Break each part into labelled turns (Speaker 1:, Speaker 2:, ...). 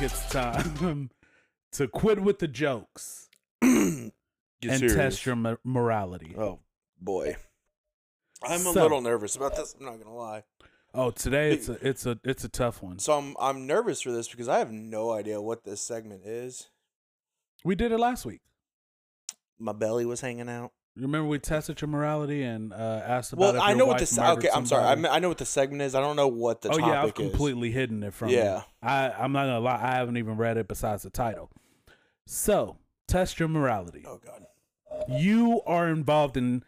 Speaker 1: it's time to quit with the jokes
Speaker 2: Get
Speaker 1: and
Speaker 2: serious.
Speaker 1: test your mo- morality.
Speaker 2: Oh boy, I'm a
Speaker 1: So-
Speaker 2: little nervous about this. I'm not gonna lie.
Speaker 1: Oh, today it's a it's a it's a tough one.
Speaker 2: So I'm I'm nervous for this because I have no idea what this segment is.
Speaker 1: We did it last week.
Speaker 2: My belly was hanging out.
Speaker 1: Remember we tested your morality and uh, asked about.
Speaker 2: Well,
Speaker 1: if
Speaker 2: I
Speaker 1: your
Speaker 2: know what
Speaker 1: wife
Speaker 2: the se-
Speaker 1: murdered
Speaker 2: okay. I'm sorry. I,
Speaker 1: somebody.
Speaker 2: mean, I know what the segment is. I don't know what the
Speaker 1: oh
Speaker 2: topic
Speaker 1: yeah, I've
Speaker 2: is.
Speaker 1: completely hidden it from
Speaker 2: Yeah.
Speaker 1: you. I I'm not gonna lie. I haven't even read it besides the title. So test your morality.
Speaker 2: Oh god.
Speaker 1: You are involved in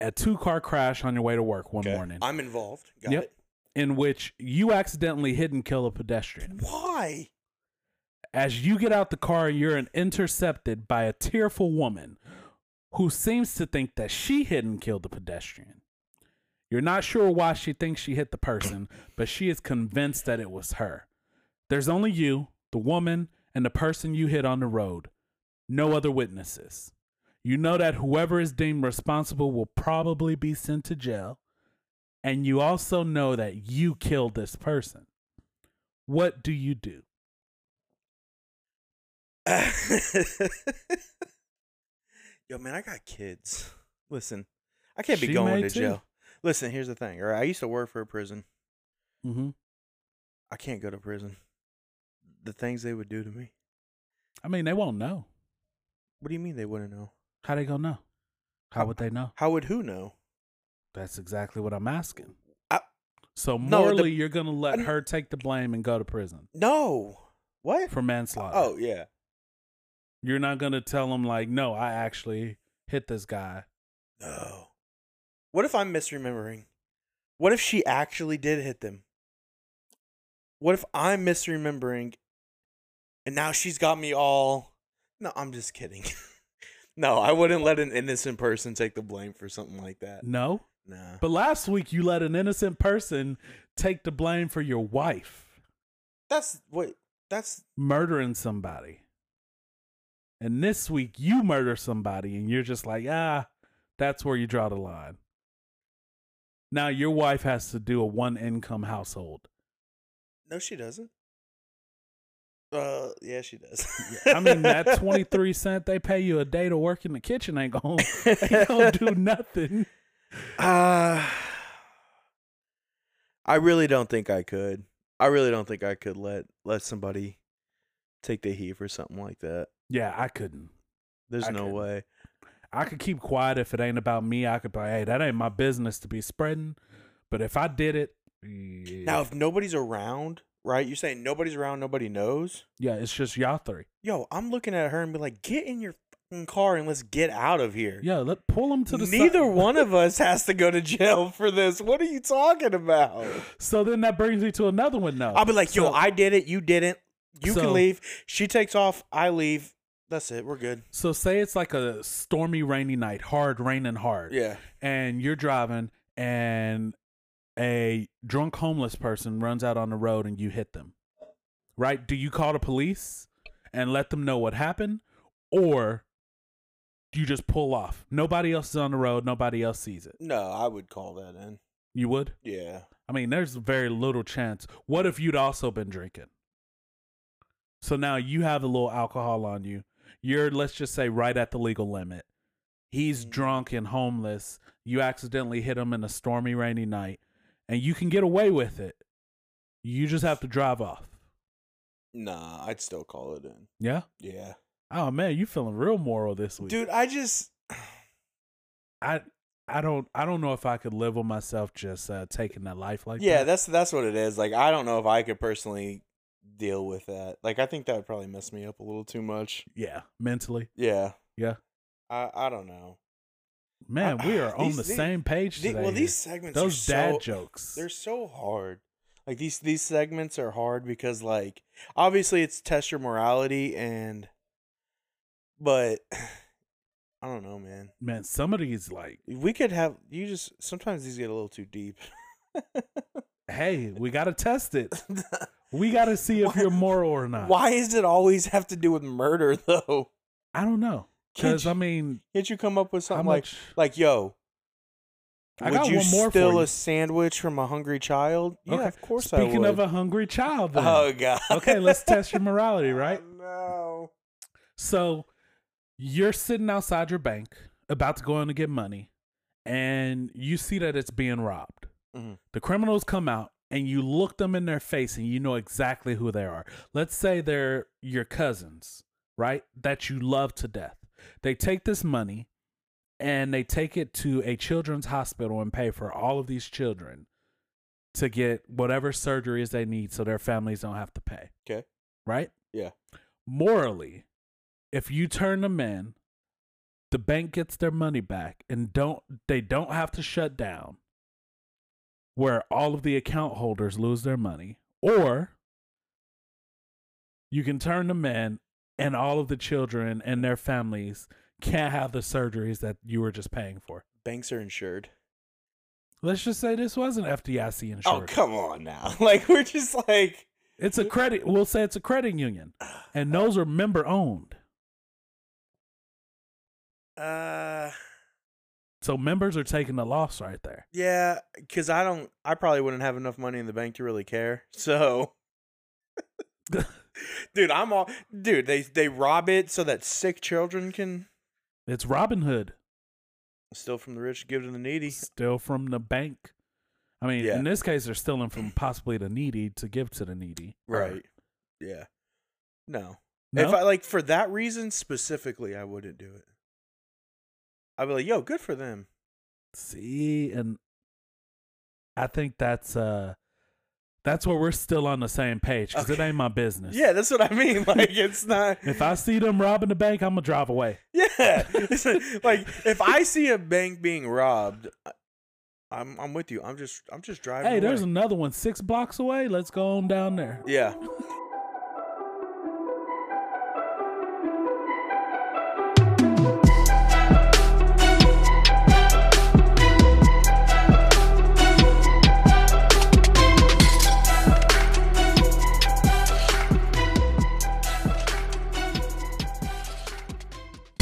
Speaker 1: a two car crash on your way to work one
Speaker 2: Okay.
Speaker 1: morning,
Speaker 2: I'm involved. Got
Speaker 1: Yep.
Speaker 2: it.
Speaker 1: in which you accidentally hit and kill a pedestrian.
Speaker 2: Why?
Speaker 1: As you get out the car, you're in- intercepted by a tearful woman who seems to think that she hit and killed the pedestrian. You're not sure why she thinks she hit the person, but she is convinced that it was her. There's only you, the woman, and the person you hit on the road. No other witnesses. You know that whoever is deemed responsible will probably be sent to jail. And you also know that you killed this person. What do you do?
Speaker 2: Yo, man, I got kids. Listen, I can't be
Speaker 1: She
Speaker 2: going
Speaker 1: may
Speaker 2: to
Speaker 1: too.
Speaker 2: jail. Listen, here's the thing. All right, I used to work for a prison.
Speaker 1: Mm-hmm.
Speaker 2: I can't go to prison. The things they would do to me.
Speaker 1: I mean, they won't know.
Speaker 2: What do you mean they wouldn't know?
Speaker 1: How they gonna know? How would they know?
Speaker 2: How would who know?
Speaker 1: That's exactly what I'm asking.
Speaker 2: I-
Speaker 1: so
Speaker 2: No, the-
Speaker 1: morally, you're gonna let
Speaker 2: I-
Speaker 1: her take the blame and go to prison
Speaker 2: No. What?
Speaker 1: for manslaughter.
Speaker 2: Oh yeah.
Speaker 1: you're not gonna tell them like, no, I actually hit this guy.
Speaker 2: No. What if I'm misremembering? What if she actually did hit them? What if I'm misremembering and now she's got me all No, I'm just kidding. no, I wouldn't let an innocent person take the blame for something like that.
Speaker 1: No,
Speaker 2: Nah.
Speaker 1: but last week you let an innocent person take the blame for your wife
Speaker 2: That's what that's
Speaker 1: murdering somebody, and this week you murder somebody, and you're just like, ah, that's where you draw the line. Now your wife has to do a one-income household.
Speaker 2: No, she doesn't. Uh, yeah, she does.
Speaker 1: I mean, that 23 cent they pay you a day to work in the kitchen ain't going ain't gonna do nothing.
Speaker 2: Uh, I really don't think I could. I really don't think I could let let somebody take the heat for something like that.
Speaker 1: Yeah, I couldn't.
Speaker 2: There's
Speaker 1: I
Speaker 2: no
Speaker 1: couldn't.
Speaker 2: way.
Speaker 1: I could keep quiet if it ain't about me. I could be like, hey, that ain't my business to be spreading. But if I did it, yeah,
Speaker 2: Now, if nobody's around, right? You're saying nobody's around, nobody knows.
Speaker 1: yeah it's just y'all three.
Speaker 2: Yo, I'm looking at her and be like, get in your fucking car and let's get out of here.
Speaker 1: Yeah, let pull them to the side.
Speaker 2: Neither one of us has to go to jail for this. What are you talking about?
Speaker 1: So then that brings me to another one, though.
Speaker 2: I'll be like, yo,
Speaker 1: So-
Speaker 2: I did it. You didn't. You
Speaker 1: So-
Speaker 2: can leave. She takes off. I leave. That's it. We're good.
Speaker 1: So say it's like a stormy, rainy night, hard, raining hard.
Speaker 2: Yeah.
Speaker 1: and you're driving and a drunk homeless person runs out on the road and you hit them right do you call the police and let them know what happened or do you just pull off nobody else is on the road nobody else sees it
Speaker 2: No, I would call that in.
Speaker 1: you would
Speaker 2: Yeah.
Speaker 1: i mean there's very little chance what if you'd also been drinking so now you have a little alcohol on you you're let's just say right at the legal limit he's
Speaker 2: Mm-hmm.
Speaker 1: drunk and homeless. You accidentally hit him in a stormy, rainy night, and you can get away with it. You just have to drive off.
Speaker 2: Nah, I'd still call it in.
Speaker 1: Yeah.
Speaker 2: Yeah.
Speaker 1: Oh man, you feeling real moral this week,
Speaker 2: Dude, I just
Speaker 1: I I don't I don't know if I could live with myself just uh, taking that life like
Speaker 2: Yeah,
Speaker 1: that.
Speaker 2: that's that's what it is. Like I don't know if I could personally deal with that. Like I think that would probably mess me up a little too much.
Speaker 1: yeah, mentally.
Speaker 2: Yeah.
Speaker 1: Yeah.
Speaker 2: I I don't know.
Speaker 1: Man,
Speaker 2: I-
Speaker 1: we are on
Speaker 2: these-
Speaker 1: the
Speaker 2: these-
Speaker 1: same page
Speaker 2: The-
Speaker 1: today.
Speaker 2: well, these
Speaker 1: here.
Speaker 2: segments are
Speaker 1: those
Speaker 2: so,
Speaker 1: dad jokes.
Speaker 2: They're so hard. Like these these segments are hard because like obviously it's test your morality and but I don't know, man.
Speaker 1: Man, some of these like,
Speaker 2: We could have you just sometimes these get a little too deep.
Speaker 1: hey, we gotta test it. We gotta see if
Speaker 2: Why-
Speaker 1: you're moral or not.
Speaker 2: Why does it always have to do with murder though?
Speaker 1: I don't know.
Speaker 2: Can't
Speaker 1: Because I
Speaker 2: you-
Speaker 1: mean,
Speaker 2: Can't you come up with
Speaker 1: how
Speaker 2: something like
Speaker 1: much?
Speaker 2: like yo,
Speaker 1: I
Speaker 2: Would
Speaker 1: got
Speaker 2: you
Speaker 1: one more
Speaker 2: steal
Speaker 1: for
Speaker 2: a sandwich from a hungry child?
Speaker 1: you.
Speaker 2: Yeah, of course
Speaker 1: Speaking
Speaker 2: I would.
Speaker 1: of a hungry child, then.
Speaker 2: oh god. Oh,
Speaker 1: okay, let's test your morality, right?
Speaker 2: No.
Speaker 1: So you're sitting outside your bank, about to go in to get money, and you see that it's being robbed.
Speaker 2: Mhm.
Speaker 1: The criminals come out, and you look them in their face, and you know exactly who they are. Let's say they're your cousins, right? That you love to death. They take this money and they take it to a children's hospital and pay for all of these children to get whatever surgeries they need so their families don't have to pay.
Speaker 2: Okay.
Speaker 1: Right?
Speaker 2: Yeah.
Speaker 1: Morally, if you turn them in, the bank gets their money back and don't they don't have to shut down where all of the account holders lose their money or you can turn them in and all of the children and their families can't have the surgeries that you were just paying for.
Speaker 2: Banks are insured.
Speaker 1: Let's just say this wasn't FDIC insurance.
Speaker 2: Oh come on now. Like we're just like
Speaker 1: It's a credit. We'll say it's a credit union, and those are member owned.
Speaker 2: uh
Speaker 1: So members are taking the loss right there.
Speaker 2: yeah, cuz I don't I probably wouldn't have enough money in the bank to really care. So Dude, I'm all Dude, they they rob it so that sick children can
Speaker 1: It's Robin Hood,
Speaker 2: steal from the rich, give to the needy.
Speaker 1: still from the bank. I mean,
Speaker 2: Yeah.
Speaker 1: in this case, they're stealing from possibly the needy to give to the needy.
Speaker 2: Right. Yeah. No.
Speaker 1: No?
Speaker 2: If I like for that reason specifically, I wouldn't do it. I'd be like, "Yo, good for them."
Speaker 1: See, and I think that's uh, that's where we're still on the same page because it
Speaker 2: Okay.
Speaker 1: ain't my business.
Speaker 2: Yeah, that's what I mean. Like, it's not.
Speaker 1: If I see them robbing the bank, I'm gonna drive away.
Speaker 2: yeah, It's like if I see a bank being robbed, I- I'm I'm with you. I'm just I'm just driving.
Speaker 1: Hey, there's
Speaker 2: away.
Speaker 1: another one six blocks away. Let's go on down there.
Speaker 2: yeah.